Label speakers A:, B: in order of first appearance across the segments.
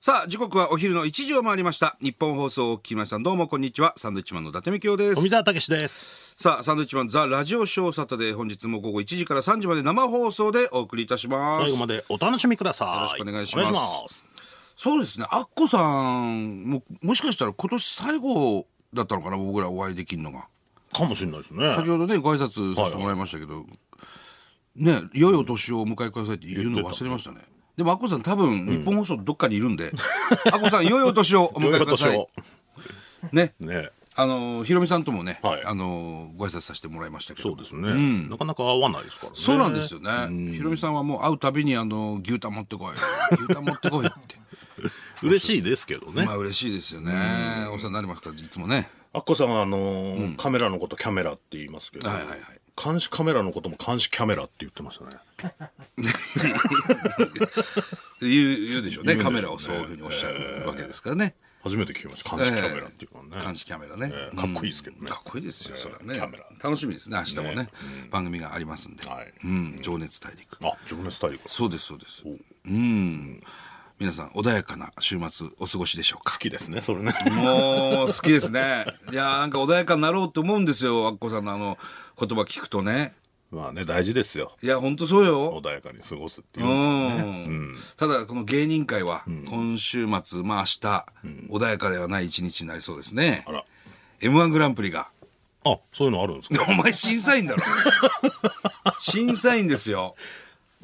A: さあ、時刻はお昼の1時を回りました。日本放送をお聞きの皆さん、どうもこんにちは。サンドウィッチマンの伊達美京です。
B: 富澤たけしです。
A: さあ、サンドウィッチマンザ・ラジオショーサタデー、本日も午後1時から3時まで生放送でお送りいたします
B: 最後。までお楽しみください。よ
A: ろしくお願いします
B: お願いします
A: そうですね、アッコさんも、もしかしたら今年最後だったのかな、僕らお会いできるのが。
B: かもしれないですね。
A: 先ほどね、ご挨拶させてもらいましたけど、ね、良いお年をお迎えくださいって言うの忘れましたね。でも、アッコさん多分、日本放送どっかにいるんで、アッコさん、良いお年をお迎えくださ
B: 良
A: い
B: お。
A: ね。
B: 年をね、
A: あのー、ひろみさんともね、
B: はい
A: あのー、ご挨拶させてもらいましたけど。
B: そうですね、なかなか合わないですからね。
A: そうなんですよね。ひろみさんはもう会うたびに、あの、牛タン持って こい。牛タン持ってこいって。
B: 嬉しいですけどね
A: ま。あ嬉しいですよね。お世話になりますから、いつもね。
B: アッコさんはあのーカメラのことキャメラって言いますけど、
A: はいはいはい
B: 監視カメラのことも監視キャメラって言ってましたね。
A: 言う、言うでしょうね。
B: 言うんでしょうね
A: カメラをそういうふうにおっしゃるわけですからね。
B: 初めて聞きました。監視キャメラっていうのはね。
A: 監視キャメラね。
B: ええかっこいいですけどね
A: かっこいいですよ、それはね
B: キャメラ。
A: 楽しみですね、明日もね。番組がありますんで。
B: はい
A: うん、情熱大陸。
B: あ、情熱大陸。好
A: そうです、そうです。うん。皆さん、穏やかな週末お過ごしでしょうか。
B: きですね、それね。
A: もう好きですね。いやーなんか穏やかになろうと思うんですよ、アッコさんのあの言葉聞くとね。
B: まあね、大事ですよ。
A: いや、ほんとそうよ。
B: 穏やかに過ごすっていうう。
A: ん。ただ、この芸人界は、今週末、まあ明日、穏やかではない一日になりそうですね
B: あ。ら。
A: M1 グランプリが。
B: あ、そういうのあるんですか
A: お前審査員だろ。 審査員ですよ。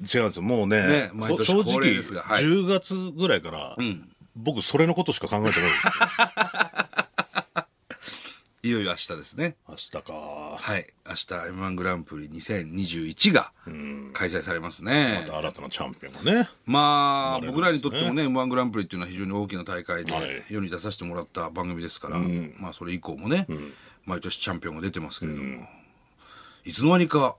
B: 違うんですよもうね
A: ね毎年
B: 正
A: 恒
B: 直
A: 例ですがはい
B: 10月ぐらいから、僕それのことしか考えてないですよ
A: いよいよ明日ですね。
B: 明日か
A: はい。明日 M1 グランプリ2021が開催されますね。
B: 新たなチャンピオンがね
A: まあ、
B: れるんで
A: 僕ら
B: すね
A: にとってもね、M1 グランプリっていうのは非常に大きな大会で
B: はい
A: 世に出させてもらった番組ですから、まあそれ以降もね、毎年チャンピオンが出てますけれども、いつの間にか、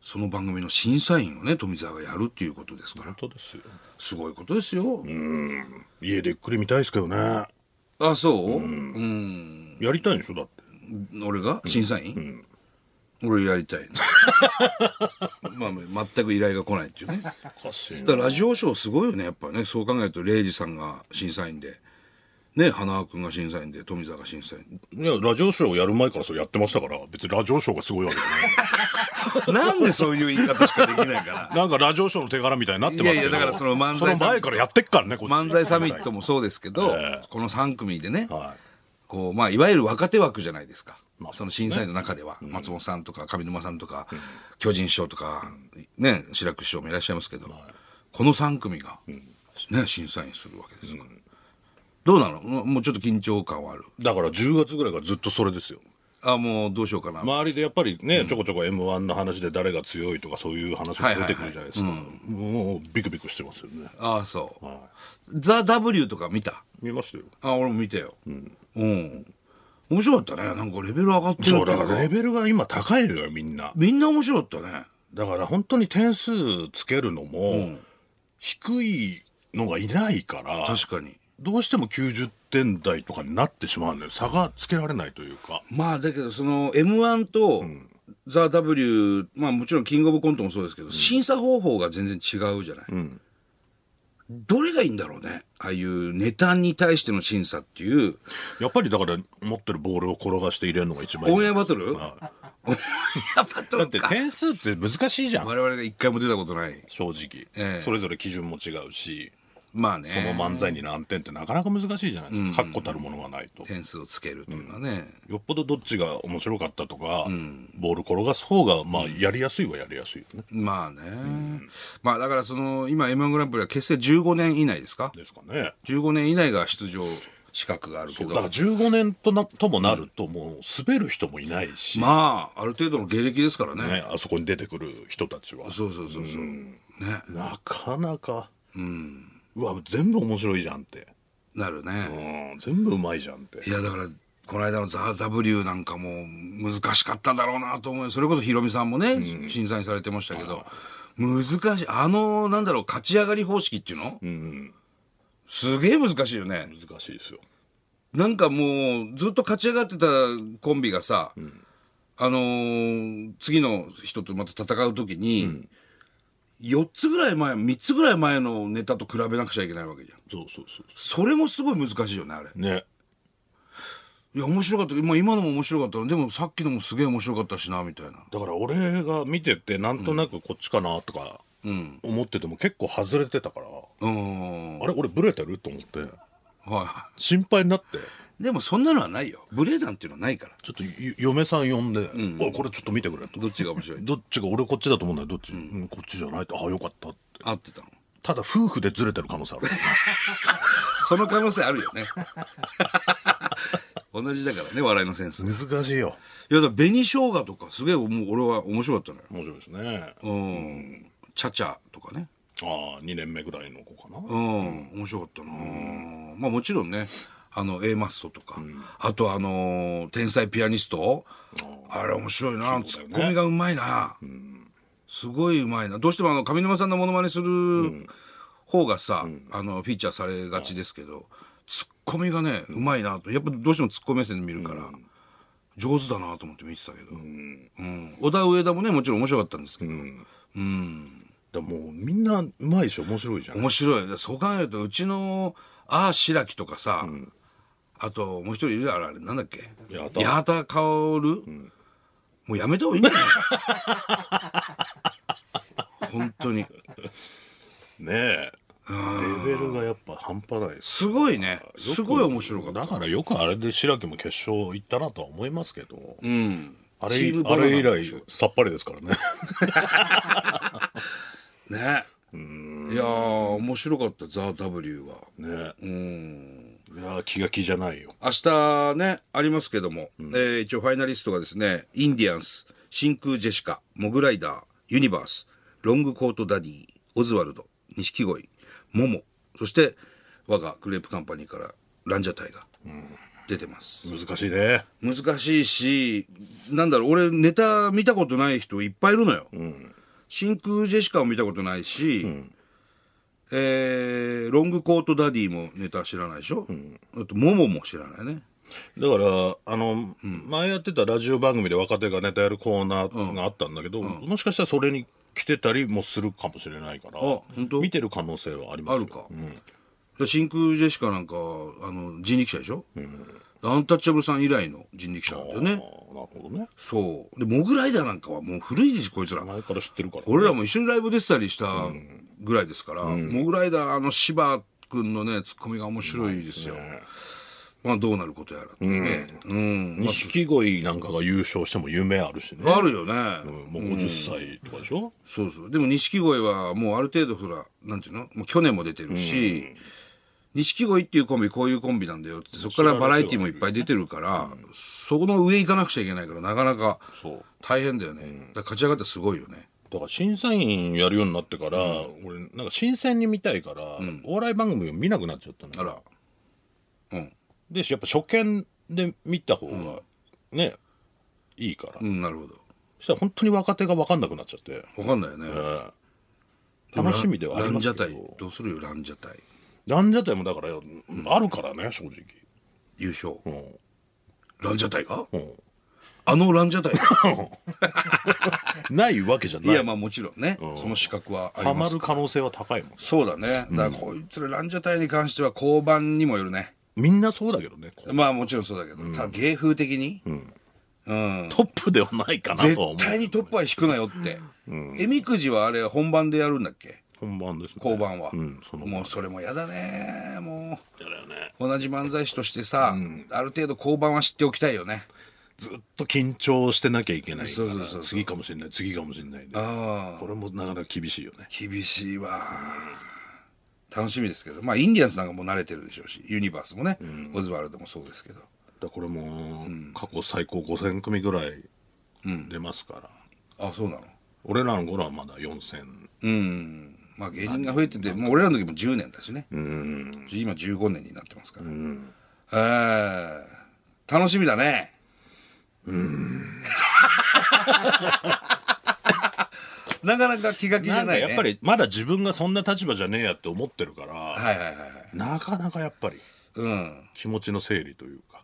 A: その番組の審査員をね、富澤がやるっていうことですから、
B: 本当ですよ
A: すごいことですよ。
B: 家でゆっくり見たいですけどね
A: あ、そう、
B: やりたいんでしょだって
A: 俺が審査員、俺やりたいな。 まあ、全く依頼が来ないっていうね。
B: おかしい
A: だからラジオショーすごいよねやっぱねそう考えると礼二さんが審査員でね花輪君が審査員で富澤が審査員
B: いやラジオショーをやる前からそれやってましたから別にラジオショーがすごいわけじゃない
A: なんでそういう言い方しかできないから
B: なんかラジオショーの手柄みたいになってますけど
A: いやいやだからその漫才
B: その前からやってっからねこっ ち
A: 漫才サミットもそうですけど、
B: ええ
A: この3組でね、
B: はい
A: こうまあ、いわゆる若手枠じゃないですか、
B: まあ
A: その審査員の中では、松本さんとか上沼さんとか、巨人師匠とか、ね志らく師匠もいらっしゃいますけど、この3組が、ね、審査員するわけですから、どうなのももうちょっと緊張感はある
B: だから10月ぐらいからずっとそれですよ
A: あもうどうしようかな、
B: 周りでやっぱりね、ちょこちょこ m 1の話で誰が強いとかそういう話が出てくるじゃないですか、もうビクビクしてますよね
A: ああそう、ザ・ W とか見た
B: 見ましたよ
A: あ俺も見たようん、面白かったねなんかレベル上がってるってい
B: そう
A: うか
B: だからレベルが今高いのよみんな
A: みんな面白かったね
B: だから本当に点数つけるのも、低いのがいないから
A: 確かに
B: どうしても90点台とかになってしまうのよ差がつけられないというか
A: まあだけどその m 1とザ・ W まあもちろんキングオブコントもそうですけど、審査方法が全然違うじゃない、どれがいいんだろうねああいうネタに対しての審査っていう
B: やっぱりだから持ってるボールを転がして入れるのが一番いい
A: オンエアバトル、 オンエアバト
B: だ
A: ル
B: って
A: か
B: 点数って難しいじゃん
A: 我々が一回も出たことない
B: 正直、
A: ええ
B: それぞれ基準も違うし
A: まあね
B: その漫才に何点ってなかなか難しいじゃないですか、確固たるものがないと。
A: 点数をつけるというのはね、
B: よっぽどどっちが面白かったとか、ボール転がす方が、まあ、やりやすいはやりやすいよね。
A: まあね、まあだからその今 m 1グランプリは結成15年以内ですか
B: ですかね。
A: 15年以内が出場資格があるけ
B: そう
A: ど
B: だから15年となともなると、もう滑る人もいないし、
A: まあある程度の芸歴ですからね
B: ね、あそこに出てくる人たちは。
A: そうそうそうそう、ね
B: なかなか、うわ、全部面白いじゃんって。
A: なるね、
B: うん、全部うまいじゃんって。
A: いやだからこの間の「ザ・ w なんかも難しかっただろうなと思うそれこそヒロミさんもね、審査員されてましたけど難しいあのなんだろう勝ち上がり方式っていうの、すげえ難しいよね
B: 難しいですよ。
A: なんかもう、ずっと勝ち上がってたコンビがさ、あのー次の人とまた戦うときに、 4つぐらい前3つぐらい前のネタと比べなくちゃいけないわけじゃん
B: そうそうそうそ
A: それもすごい難しいよねあれ
B: うね
A: いや面白かった、まあ、今のも面白かったなでもさっきのもすげえ面白かったしなみたいな
B: だから俺が見ててなんとなくこっちかなとか思ってても結構外れてたから、
A: うーん
B: あれ俺ブレてると思って
A: は
B: 心配になって
A: いでもそんなのはないよブレなんていうのはないから
B: ちょっとゆ嫁さん呼んで、おいこれちょっと見てくれと
A: どっちが面白い
B: どっちが俺こっちだと思うんだよどっち、うんこっちじゃないってああよかったって
A: 合ってたの
B: ただ夫婦でずれてる可能性ある
A: その可能性あるよね 同じだからね笑いのセンスい
B: 難しいよ
A: やだから紅生姜とかすげえもう俺は面白かったのよ
B: 面白いですね
A: うんチャチャとかね
B: ああ2年目ぐらいの子かな、
A: うん、面白かったな、まあもちろんねあの A マッソとか、あとあのー天才ピアニスト」あれ面白いな、ツッコミがうまいな、すごいうまいなどうしてもあの上沼さんのモノマネする方がさ、あのフィーチャーされがちですけど、ツッコミがねうまいなとやっぱどうしてもツッコミ目線で見るから。上手だなと思って見てたけど、うん小田上田もねもちろん面白かったんですけど、
B: でももうみんなうまいでしょ面白いじゃん
A: 面白いねそう考えるとうちのああ白木とかさ、あともう一人いるあれあれなんだっけ
B: 八幡
A: 八幡薫、もうやめた方がいいんじゃない 本当に
B: ねえレベルがやっぱ半端ないです
A: すごいねすごい面白かった
B: だからよくあれで白木も決勝行ったなとは思いますけど、
A: うん
B: あ
A: チ
B: れ
A: ームバ
B: あ
A: ナナ
B: れ以来さっぱりですから ね
A: ねいやー面白かった「ザ・ w は
B: ねいやー気が気じゃないよ
A: 明日ね、ありますけども、えー一応ファイナリストがですね、インディアンス、真空ジェシカ、モグライダー、ユニバース、ロングコートダディ、オズワルド、錦鯉、モモ、そして我がクレープカンパニーからランジャタイが出てます。
B: 難しいね
A: 難しいし、なんだろう、俺ネタ見たことない人いっぱいいるのよ。真空ジェシカも見たことないし、えーロングコートダディもネタ知らないでしょ、あとモモも知らないね。
B: だからあの、前やってたラジオ番組で若手がネタやるコーナーがあったんだけど、もしかしたらそれに来てたりもするかもしれないから
A: 本当
B: 見てる可能性はあります
A: あ
B: よ
A: るか、で真空ジェシカなんかあの人力車でしょ、アンタッチャブルさん以来の人力車なんだよ
B: あーなる
A: ね
B: ほどね
A: そうでモグライダーなんかはもう古いですこいつら
B: 前から知ってるから
A: 俺らも一緒にライブ出てたりしたぐらいですから、モグライダーあの芝君のねツッコミが面白いですよまあどうなることやらってねうん、
B: 錦鯉なんかが優勝しても夢あるしね、
A: あるよね、
B: うんもう50歳とかでしょ、
A: そうそう。でも錦鯉はもうある程度ほら、なんていうのもう去年も出てるし、錦鯉っていうコンビ、こういうコンビなんだよって、そこからバラエティもいっぱい出てるから、そこの上行かなくちゃいけないから、なかなか
B: そう
A: 大変だよね。だから勝ち上がってすごいよね。
B: だから審査員やるようになってから、俺なんか新鮮に見たいから、お笑い番組を見なくなっちゃったの
A: あら。うん。
B: でやっぱ初見で見た方がね、いいから、
A: うん、なるほど。
B: そしたら本当に若手が分かんなくなっちゃって、
A: わかんないよね。
B: ええ楽しみではあ
A: ラ
B: り
A: ン
B: ま
A: ジャ
B: す
A: タ
B: け
A: イ
B: ど。
A: どうするよ、ランジャタイ。
B: ランジャタイもだから、あるからね正直、
A: 優勝。
B: うん
A: ランジャタイが
B: うん
A: あのランジャタイが
B: ないわけじゃ
A: い
B: ない
A: や、まあもちろんね。その資格はあり
B: ハ
A: ま
B: マ
A: す
B: る可能性は高いもん
A: そうだね。だからこいつらランジャタイに関しては交番にもよるね。
B: みんなそうだけどねこう
A: まあもちろんそうだけど、ただ芸風的に、
B: トップではないかなとは思う
A: 絶対にトップは引くなよって。えみくじはあれ本番でやるんだっけ
B: 本番ですね
A: 交番は、
B: うんその
A: もうそれもやだね。も
B: だよね
A: う、同じ漫才師としてさ、ある程度交番は知っておきたいよね。
B: ずっと緊張してなきゃいけないか
A: そう
B: ら
A: そうそうそう
B: 次かもしれない次かもしれないで
A: あ
B: これもなかなか厳しいよね
A: 厳しいわ。楽しみですけど、まあインディアンスなんかもう慣れてるでしょうし、ユニバースもね、オズワルドもそうですけど。
B: だからこれも過去最高5000組ぐらい出ますから、
A: あ、そうなの
B: 俺らの頃はまだ4000
A: うん。まあ芸人が増えてて、もう俺らの時も10年だしね。今15年になってますから。えー楽しみだね。なかなか気が気じ
B: な
A: ゃ
B: ん
A: な
B: か
A: いね。
B: やっぱ。りまだ自分がそんな立場じゃねえやって思ってるから、
A: はいはいはいはい。
B: なかなかやっぱり
A: うん。
B: 気持ちの整理というか、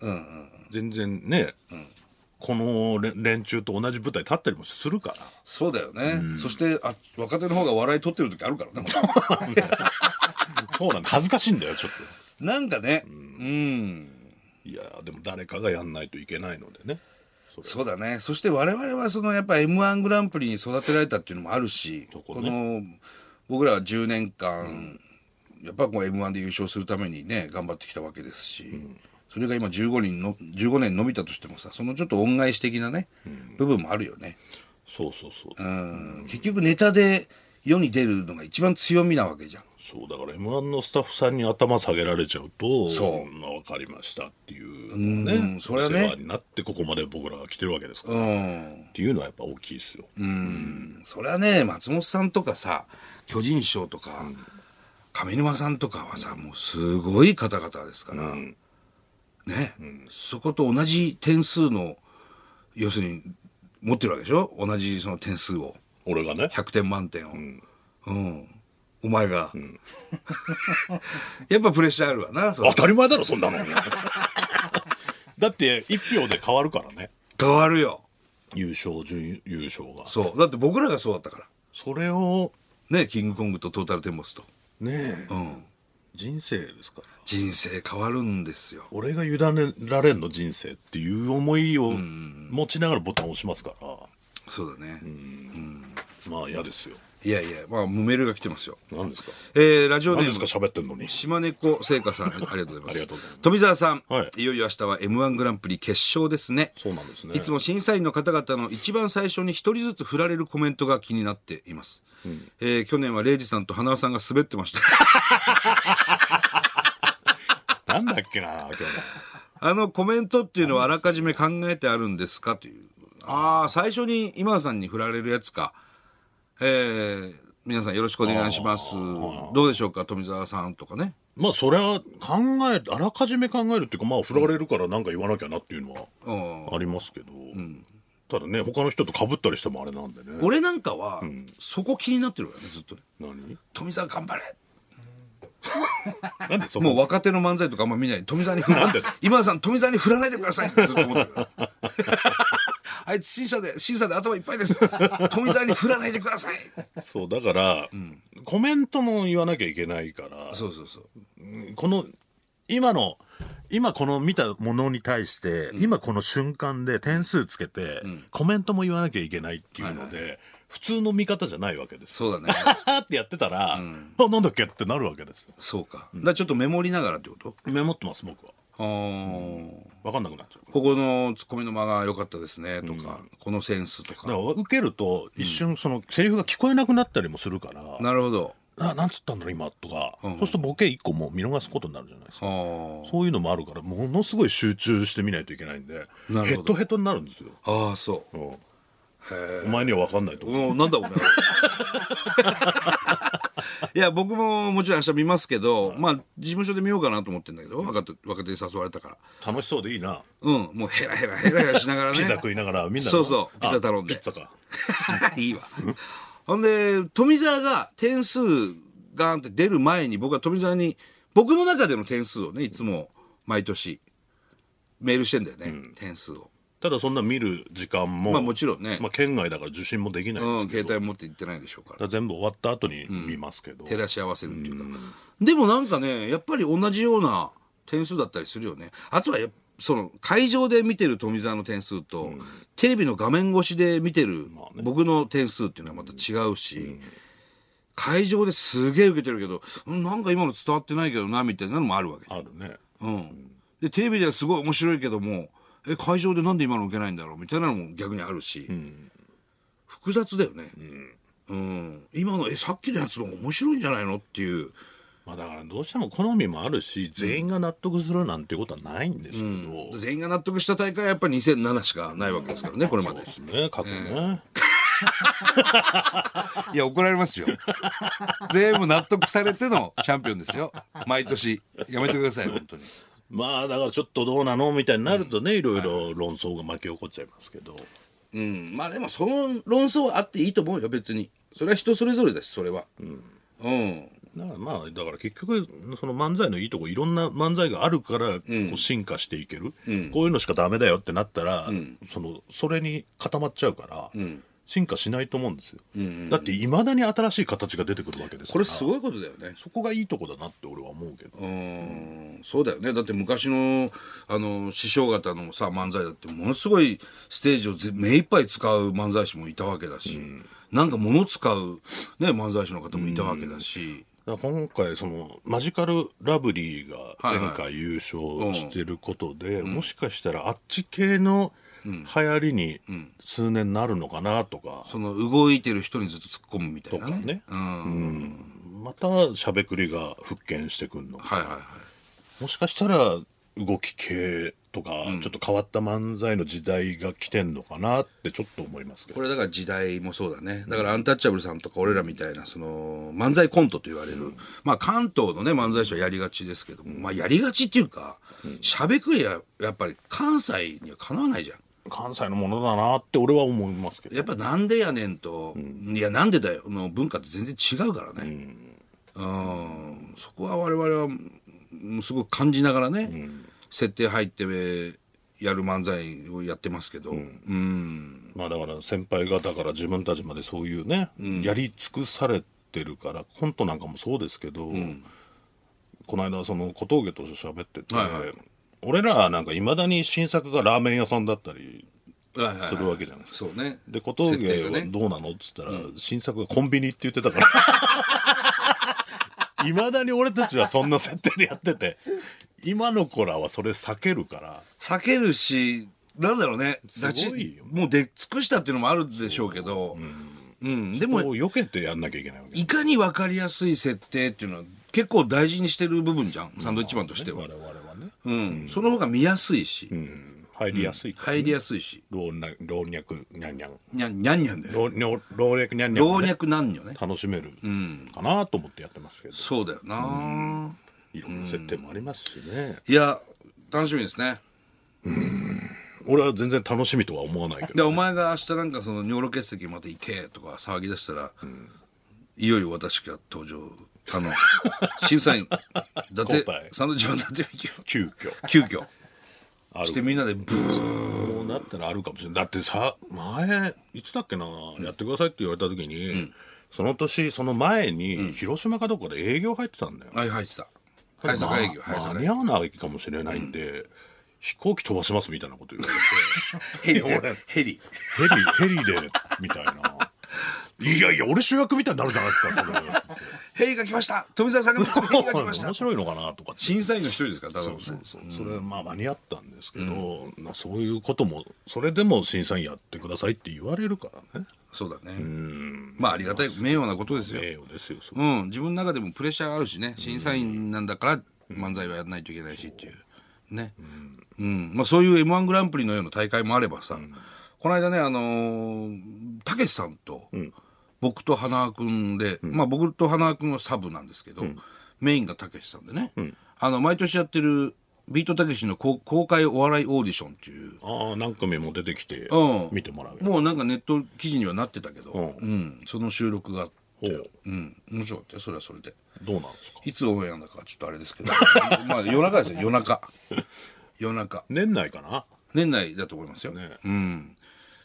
B: 全然ね、このれ連中と同じ舞台立ったりもするから
A: そうだよね、そしてあ若手の方が笑い取ってる時あるからねほら
B: そうなんだ恥ずかしいんだよちょっ
A: なんかねうん、
B: といやーでも誰かがやんないといけないのでね
A: そうだねそして我々はそのやっぱ m 1グランプリに育てられたっていうのもあるし
B: そ
A: こ、
B: こね
A: の僕らは10年間、やっぱこう m 1で優勝するためにね頑張ってきたわけですし、それが今15人の15年伸びたとしてもさそのちょっと恩返し的なね、部分もあるよね、
B: そうそうそう、
A: うん、結局ネタで世に出るのが一番強みなわけじゃん
B: そうだから m 1のスタッフさんに頭下げられちゃうと
A: そうん
B: な分かりましたっていうのをね
A: うんそれはね
B: お世話になってここまで僕らが来てるわけですから、
A: うん
B: っていうのはやっぱ大きいですよ、
A: それはね松本さんとかさ巨人賞とか、上沼さんとかはさもうすごい方々ですから、ね、そこと同じ点数の要するに持ってるわけでしょ同じその点数を
B: 俺がね
A: 100点満点を、うんお前が、 やっぱプレッシャーあるわなそれ
B: 当たり前だろそんなのだって一票で変わるからね
A: 変わるよ
B: 優勝準優勝が
A: そうだって僕らがそうだったから
B: それを
A: ねキングコングとトータルテンボスと、
B: ねえ、
A: うん、
B: 人生ですから
A: 人生変わるんですよ
B: 俺が委ねられんの人生っていう思いを持ちながらボタンを押しますから、
A: そうだね、
B: まあ嫌ですよ
A: いやいや、まあ、メールが来てますよ。
B: 何ですか
A: えー、ラジオネ
B: 何
A: ー
B: ですか
A: ム、
B: 喋ってんのに
A: 島猫聖 華さん、ありがとうございます。
B: ありがとうございます
A: 富澤さん、、
B: はい
A: よいよ明日は M1 グランプリ決勝ですね。
B: そうなんですね
A: いつも審査員の方々の一番最初に一人ずつ振られるコメントが気になっています。えー去年はレイジさんと花輪さんが滑ってま した。
B: なんだっけな今日
A: あのコメントっていうのはあらかじめ考えてあるんですかという。ああ、最初に今田さんに振られるやつか。えー、皆さんよろしくお願いします。どうでしょうか、富澤さんとかね。
B: まあそれは考えあらかじめ考えるっていうかまあ振られるからなんか言わなきゃなっていうの
A: う
B: は
A: ん
B: ありますけど、ただね他の人と被ったりしてもあれなんでね
A: 俺なんかは、そこ気になってるわよねずっとね
B: 何
A: 富澤頑張れ
B: なんでそ
A: も
B: こ
A: う若手の漫才とかあんま見ない富澤に 振
B: な
A: ら
B: んで
A: 今田さん富澤に振らないでくださいってずっと思って るあいつ審査で審査で頭いっぱいです富澤に振らないでください
B: そうだから、コメントも言わなきゃいけないから
A: そうそうそう
B: この今の今この見たものに対して、今この瞬間で点数つけて、コメントも言わなきゃいけないっていうので、普通の見方じゃないわけですよ。
A: そうだね
B: ははってやってたら、あなんだっけってなるわけですよ
A: そうかだからちょっとメモりながらってこと
B: メモってます僕は
A: あー
B: 分かんなくなっちゃうから
A: ここのツッコミの間が良かったですねとか、このセンスと
B: だ
A: か
B: から受けると一瞬そのセリフが聞こえなくなったりもするから「
A: なるほど
B: あなんつったんだろう今」とか、そうするとボケ一個もう見逃すことになるじゃないですか
A: あー
B: そういうのもあるからものすごい集中して見ないといけないんで
A: なるほど
B: ヘトヘトになるんですよ、
A: あーそう
B: うん
A: へえ
B: お前には分かんないと思う
A: うん、なんだお前いや僕ももちろん明日見ますけど、まあ事務所で見ようかなと思ってんだけど若手若手に誘われたから
B: 楽しそうでいいな
A: うんもうヘラヘラヘラヘラしなが らね
B: ピザ食いながらみんなの
A: そうそう
B: あ
A: ピザ頼んで
B: ピッツァか
A: いいわほんで富澤が点数ガーンって出る前に僕は富澤に僕の中での点数をねいつも毎年メールしてんだよね、点数を
B: ただそんな見る時間も
A: まあもちろんね
B: まあ、県外だから受信もできない
A: うんん
B: ですけ
A: 携
B: ど、だ
A: 帯持って行ってないでしょうから
B: から全部終わった後に見ますけど、
A: 照らし合わせるっていうか、でもなんかねやっぱり同じような点数だったりするよねあとはやっその会場で見てる富澤の点数と、テレビの画面越しで見てる僕の点数っていうのはまた違うし、会場ですげえ受けてるけどうんなんか今の伝わってないけどなみたいなのもあるわけ
B: あるね
A: うん、でテレビではすごい面白いけどもえ会場でなんで今の受けないんだろうみたいなのも逆にあるし、複雑だよね、うん今のえさっきのやつの方が面白いんじゃないのっていう
B: まあだからどうしても好みもあるし全員が納得するなんてことはないんですけど、
A: 全員が納得した大会はやっぱり2007しかないわけです からねこれまで
B: ですね過去ね、
A: いや怒られ ますよ全部納得されてのチャンピオンですよ毎年やめてください本当に
B: まあだからちょっとどうなのみたいになるとね、いろいろ論争が巻き起こっちゃいますけど
A: うんまあでもその論争はあっていいと思うよ別にそれは人それぞれだしそれはうん、
B: だからまあだから結局その漫才のいいとこいろんな漫才があるからこう進化していける、こういうのしかダメだよってなったら、そのそれに固まっちゃうから、進化しないと思うんですよ、だっていまだに新しい形が出てくるわけです
A: こ
B: から
A: れすごいことだよね
B: そこがいいとこだなって俺は思うけど、
A: うんそうだよねだって昔のあの師匠方のさ漫才だってものすごいステージをぜ目いっぱい使う漫才師もいたわけだし、なんか物使う、ね、漫才師の方もいたわけだし、
B: だから今回そのマジカルラブリーが前回優勝してることで、もしかしたらあっち系の流行りに数年なるのかなとか、
A: その動いてる人にずっと突っ込むみたいなね
B: とかね
A: うん
B: またしゃべくりが復権してくんの
A: はいはいはい
B: もしかしたら動き系とか、ちょっと変わった漫才の時代が来てんのかなってちょっと思いますけど
A: これだから時代もそうだねだからアンタッチャブルさんとか俺らみたいなその漫才コントと言われる、まあ関東のね漫才師はやりがちですけども、まあやりがちっていうかしゃべくりはやっぱり関西にはかなわないじゃん
B: 関西のものだなって俺は思いますけど
A: やっぱなんでやねんと、いやなんでだよの文化って全然違うからね、うん、そこは我々はうんすごく感じながらね、設定入ってえーやる漫才をやってますけど、うん
B: まあだから先輩方から自分たちまでそういうね、やり尽くされてるからコントなんかもそうですけど、この間その小峠と喋ってて、
A: はいは
B: 俺らなんかいまだに新作がラーメン屋さんだったり
A: はいはいはい
B: するわけじゃないですか。
A: そうね
B: で小
A: 設定
B: 峠
A: が
B: は
A: ね
B: どうなのっつったら、新作がコンビニって言ってた からいまだに俺たちはそんな設定でやってて今の子らはそれ避けるから
A: 避けるしなんだろうね
B: ごいよ
A: だちもう出尽くしたっていうのもあるでしょうけど、うんで
B: もう
A: も
B: 避けてやんなきゃいけないわけ
A: いかに分かりやすい設定っていうのは結構大事にしてる部分じゃんサンドイッチマンとしては
B: 我、々はね、
A: うん、その方が見やすいし、
B: うん、入りやすいから、
A: 入りやすいし、
B: 老若老若にゃんにゃん
A: にゃんにゃんにゃんだよ。
B: 老老老若にゃんにゃん
A: 老
B: もね
A: 若男女ね。
B: 楽しめるかなと思ってやってますけど、
A: そうだよな。
B: いろんな設定もありますしね、
A: いや、楽しみですね。
B: 俺は全然楽しみとは思わないけ
A: で、
B: ど
A: お前が明日なんかその尿路結石またいてとか騒ぎ出したら、いよいよ私が登場。あ の、審査員、伊達
B: 交代、
A: サンドイッチマン伊達美京
B: 急遽
A: 急遽。
B: あ
A: して
B: る
A: みんなでブー。
B: もうなったらあるかもしれないだってさ前いつだっけな、やってくださいって言われた時に、その年その前に、広島かどこかで営業入ってたんだよ、
A: はい、入ってた。はい、
B: まあ
A: 酒営業、はい、
B: 間
A: 酒営
B: に合わないかもしれないんで、飛行機飛ばしますみたいなこと言われて。
A: 業。ヘリね、ヘリ。
B: ヘリ、ヘリで、みたいな。いやいや、俺主役みたいになるじゃないですか、
A: ヘリが来ました富澤さんがヘリが
B: それ
A: 来ま した
B: 面白いのかなとかって。
A: 審査員の一人ですから、だからね。
B: そうそうそれはまあ間に合ったんですけど、まあそういうこともそれでも審査員やってくださいって言われるからね
A: そうだね。まあありがたい、名誉なことですよ。
B: 名誉ですよそれ
A: うん、自分の中でもプレッシャーがあるしね、審査員なんだから漫才はやらないといけないしっていう。ね。うん。まあそういう M1 グランプリのような大会もあればさ、この間ね、あのーたけしさんと、僕と花輪くんで、まあ僕と花輪くんはサブなんですけど、メインがたけしさんでね、あの、毎年やってるビートたけしの公公開お笑いオーディションっていう、
B: ああ何組も出てきて
A: うん
B: 見てもらうよ、
A: もうなんかネット記事にはなってたけど、うん
B: ん、
A: その収録があって、
B: ほう
A: うん、面白かったよ、それはそれで。
B: どうなんですか
A: いつオンエアなんだかちょっとあれですけど、 まあ夜中ですよ、夜中。夜中。
B: 年内かな
A: 年内だと思いますよ。
B: ね
A: うん。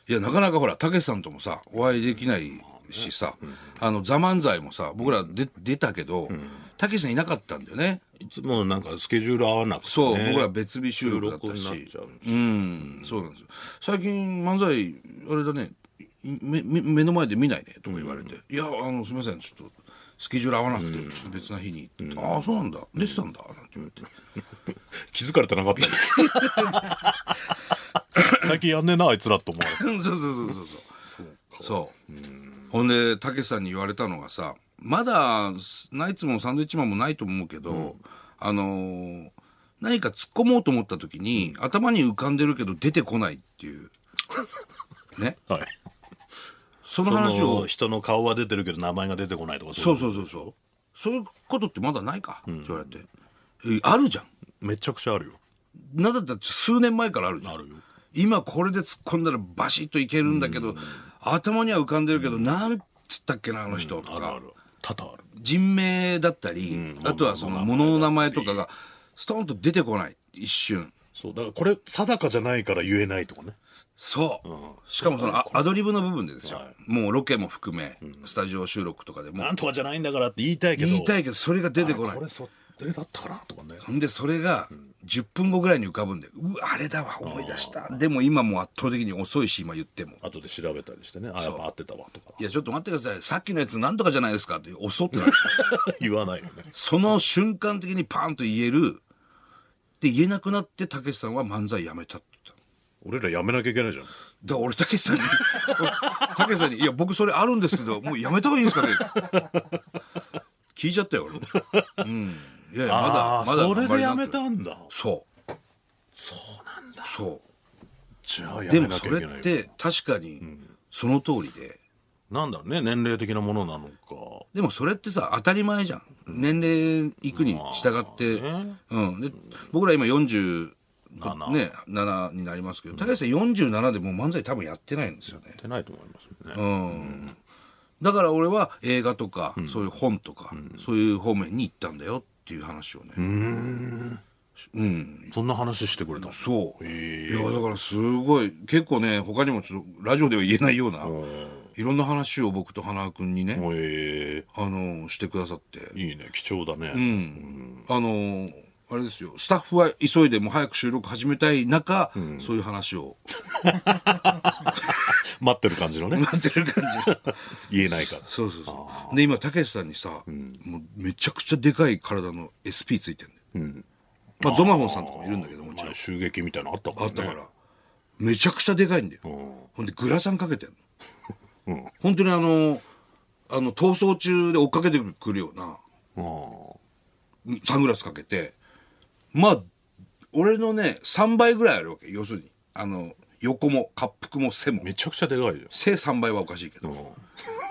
A: いや、なかなかほら、たけしさんともさ、お会いできないしさ、あの、ザ・漫才もさ、僕らで出たけど、たけしさんいなかったんだよね。
B: いつもなんかスケジュール合わなくて、ね、
A: そう、僕ら別日収録だった
B: 収録になっ
A: し
B: ちゃう。
A: うん、そうなんですよ。最近漫才、あれだね、めめ目の前で見ないねとか言われて、いや、あの、すみません、ちょっと、スケジュール合わなくて、ちょっと別な日に、ああ、そうなんだ、出てたんだ、なんて言われて。
B: 気づかれてなかったです 最近やんねえなあいつらと思われて
A: そうそうそうそうそうそうほんでたけしさんに言われたのがさまだナイツもサンドイッチマンもないと思うけど、あのー何か突っ込もうと思った時に、頭に浮かんでるけど出てこないっていうね
B: はい
A: そ
B: そ
A: の話を
B: の人の顔は出てるけど名前が出てこないとか
A: そううそうそうそうそういうことってまだないか、って言われてえあるじゃん
B: めちゃくちゃあるよ
A: なんだったら数年前からあるじゃん
B: あるよ
A: 今これで突っ込んだらバシッといけるんだけど、頭には浮かんでるけど、なんつったっけなあの人とか、
B: あるある多々ある。
A: 人名だったり、あとはその物の名前とかがストーンと出てこない一瞬
B: そう、だからこれ、定かじゃないから言えないとかね。
A: そう、しかもそのあアドリブの部分でですよ、もうロケも含め、スタジオ収録とかでも
B: なんとかじゃないんだからって言いたいけど。
A: 言いた
B: い
A: いけどそれが出てこない
B: これ、それだったかなとかね。
A: ほんでそれが10分後ぐらいに浮かぶんで「うわあれだわ思い出した」でも今もう圧倒的に遅いし今言っても
B: 後で調べたりしてね、あ、やっぱ合ってたわとか
A: 「いやちょっと待ってくださいさっきのやつなんとかじゃないですか」って遅ってなる
B: 言わないよね。
A: その瞬間的にパンと言えるで言えなくなってたけしさんは漫才やめたって言ったの
B: 俺らやめなきゃいけないじゃん。
A: だから俺たけしさんに 俺たけしさんに「いや僕それあるんですけどもうやめた方がいいんですかね」聞いちゃったよ俺もうんいやいやまだ
B: あー
A: まだ
B: それでやめ
A: あんまりなんて
B: たんだ。
A: そう
B: そうなんだ。
A: そう
B: じゃあや
A: で
B: め
A: も
B: なき
A: そ
B: ゃいけない
A: れ
B: よ。
A: って確かにその通りで、
B: なんだろうね、年齢的なものなのか。
A: でもそれってさ当たり前じゃん年齢いくに従って、
B: まあね
A: うん、で僕ら今40
B: 七
A: ね、7になりますけど高橋さん47でもう漫才多分やってないんですよね、
B: ってないと思いますよね。
A: うんだから俺は映画とか、そういう本とか、そういう方面に行ったんだよっていう話をねうん、
B: そんな話してくれたの
A: そういやだからすごい結構ね他にもちょっとラジオでは言えないような、いろんな話を僕と花輪君にね、
B: へえ
A: あのしてくださって、
B: いいね、貴重だね。
A: あのあれですよスタッフは急いでもう早く収録始めたい中、そういう話を
B: 待ってる感じのね。
A: なってる感じ
B: 言えないから。
A: そうそうそうで今たけしさんにさ、もうめちゃくちゃでかい体の SP ついてるんまあ、ゾマホンさんとかもいるんだけどもちろん
B: 前襲撃みたいなのあったから
A: あ
B: ね。
A: ったから、めちゃくちゃでかいんだよ、ほんでグラサンかけてん の、本当にあのあの逃走中で追っかけてくるようなサングラスかけてまあ俺のね3倍ぐらいあるわけ要するにあの横も滑腹も背も
B: めちゃくちゃでかいじ
A: 背3倍はおかしいけ
B: ゃ
A: ど
B: ん。お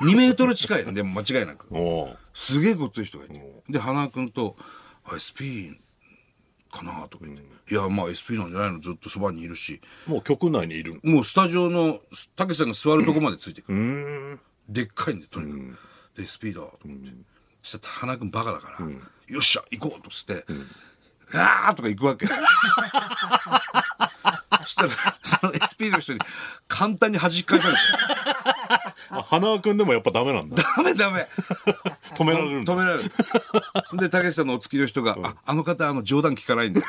A: 2メートル近いのでも間違いなく
B: お
A: すげえごっつい人がいてで花輪君と「あ SP かな?」とか言って「いやまあ SP なんじゃないのずっとそばにいるし
B: もう局内にいるの
A: もうスタジオのたけしさんが座るとこまでついてくるでっかいんでとにかく、でスピードと思って、そしたら花君バカだから、よっしゃ行こうとして、あーとか行くわけ そしたらその SP の人に簡単に弾き返されて
B: あ花輪君でもやっぱダメなんだ
A: ダメダメ
B: 止められるんだ
A: 止められるでたけしさんのお付きの人が「ああの方あの冗談聞かないんで」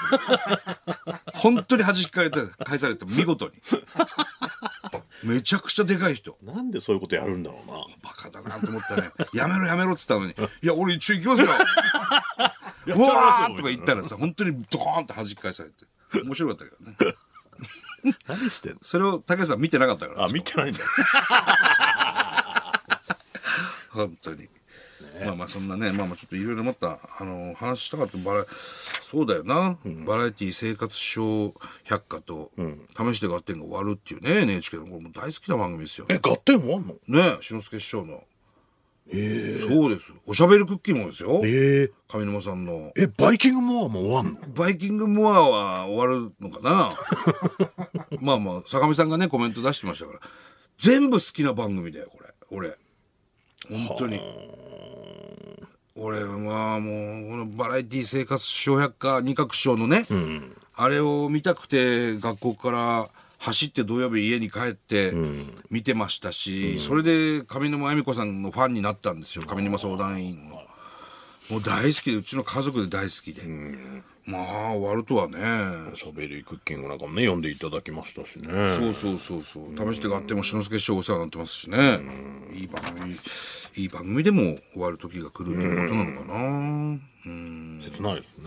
A: 本当に弾き返されて返されて見事にめちゃくちゃでかい人
B: なんでそういうことやるんだろうな
A: バカだなと思ったね。 やめろやめろって言ったのに、いや、俺一応行き ますよ。う
B: やっちゃいますよ
A: わーとか言ったらさ、本当にドコーンって弾き返されて。面白かったけどね。
B: 何してんの
A: それを竹内さん見てなかったから。
B: あ見てないんだ
A: 本当に。まあまあそんなね、まあまあちょっといろいろまた、あの話したかったバラ、そうだよな。バラエティ生活小百科と、試して合点が終わるっていうね、NHK の、これもう大好きな番組ですよね。
B: え合点もあんの
A: ね、志の輔師匠の。そうです。おしゃべりクッキーもですよ。
B: え
A: 上沼さんの。
B: えバイキングモアも終わんの
A: バイキングモアは終わるのかなまあまあ、坂上さんがね、コメント出してましたから。全部好きな番組だよ、これ。俺。本当に。俺はもう、このバラエティ生活小百科二角章のね、あれを見たくて、学校から走って土曜日家に帰って見てましたし、それで上沼恵美子さんのファンになったんですよ、上沼相談員の。もう大好きで、うちの家族で大好きで。まあ、終わるとはね。
B: おしゃべりクッキングなんかもね読んでいただきましたしね
A: そうそうそうそう。試してがあっても、志の輔師匠お世話になってますしね。いい番組、いい番組でも終わる時が来るということなのかな。うん。
B: 切ないですね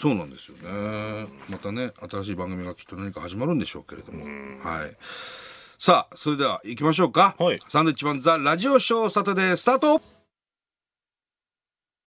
A: そうなんですよね。またね、新しい番組がきっと何か始まるんでしょうけれども。はい。さあ、それでは行きましょうか。
B: はい
A: サンドウィッチマンザラジオショーサタデースタート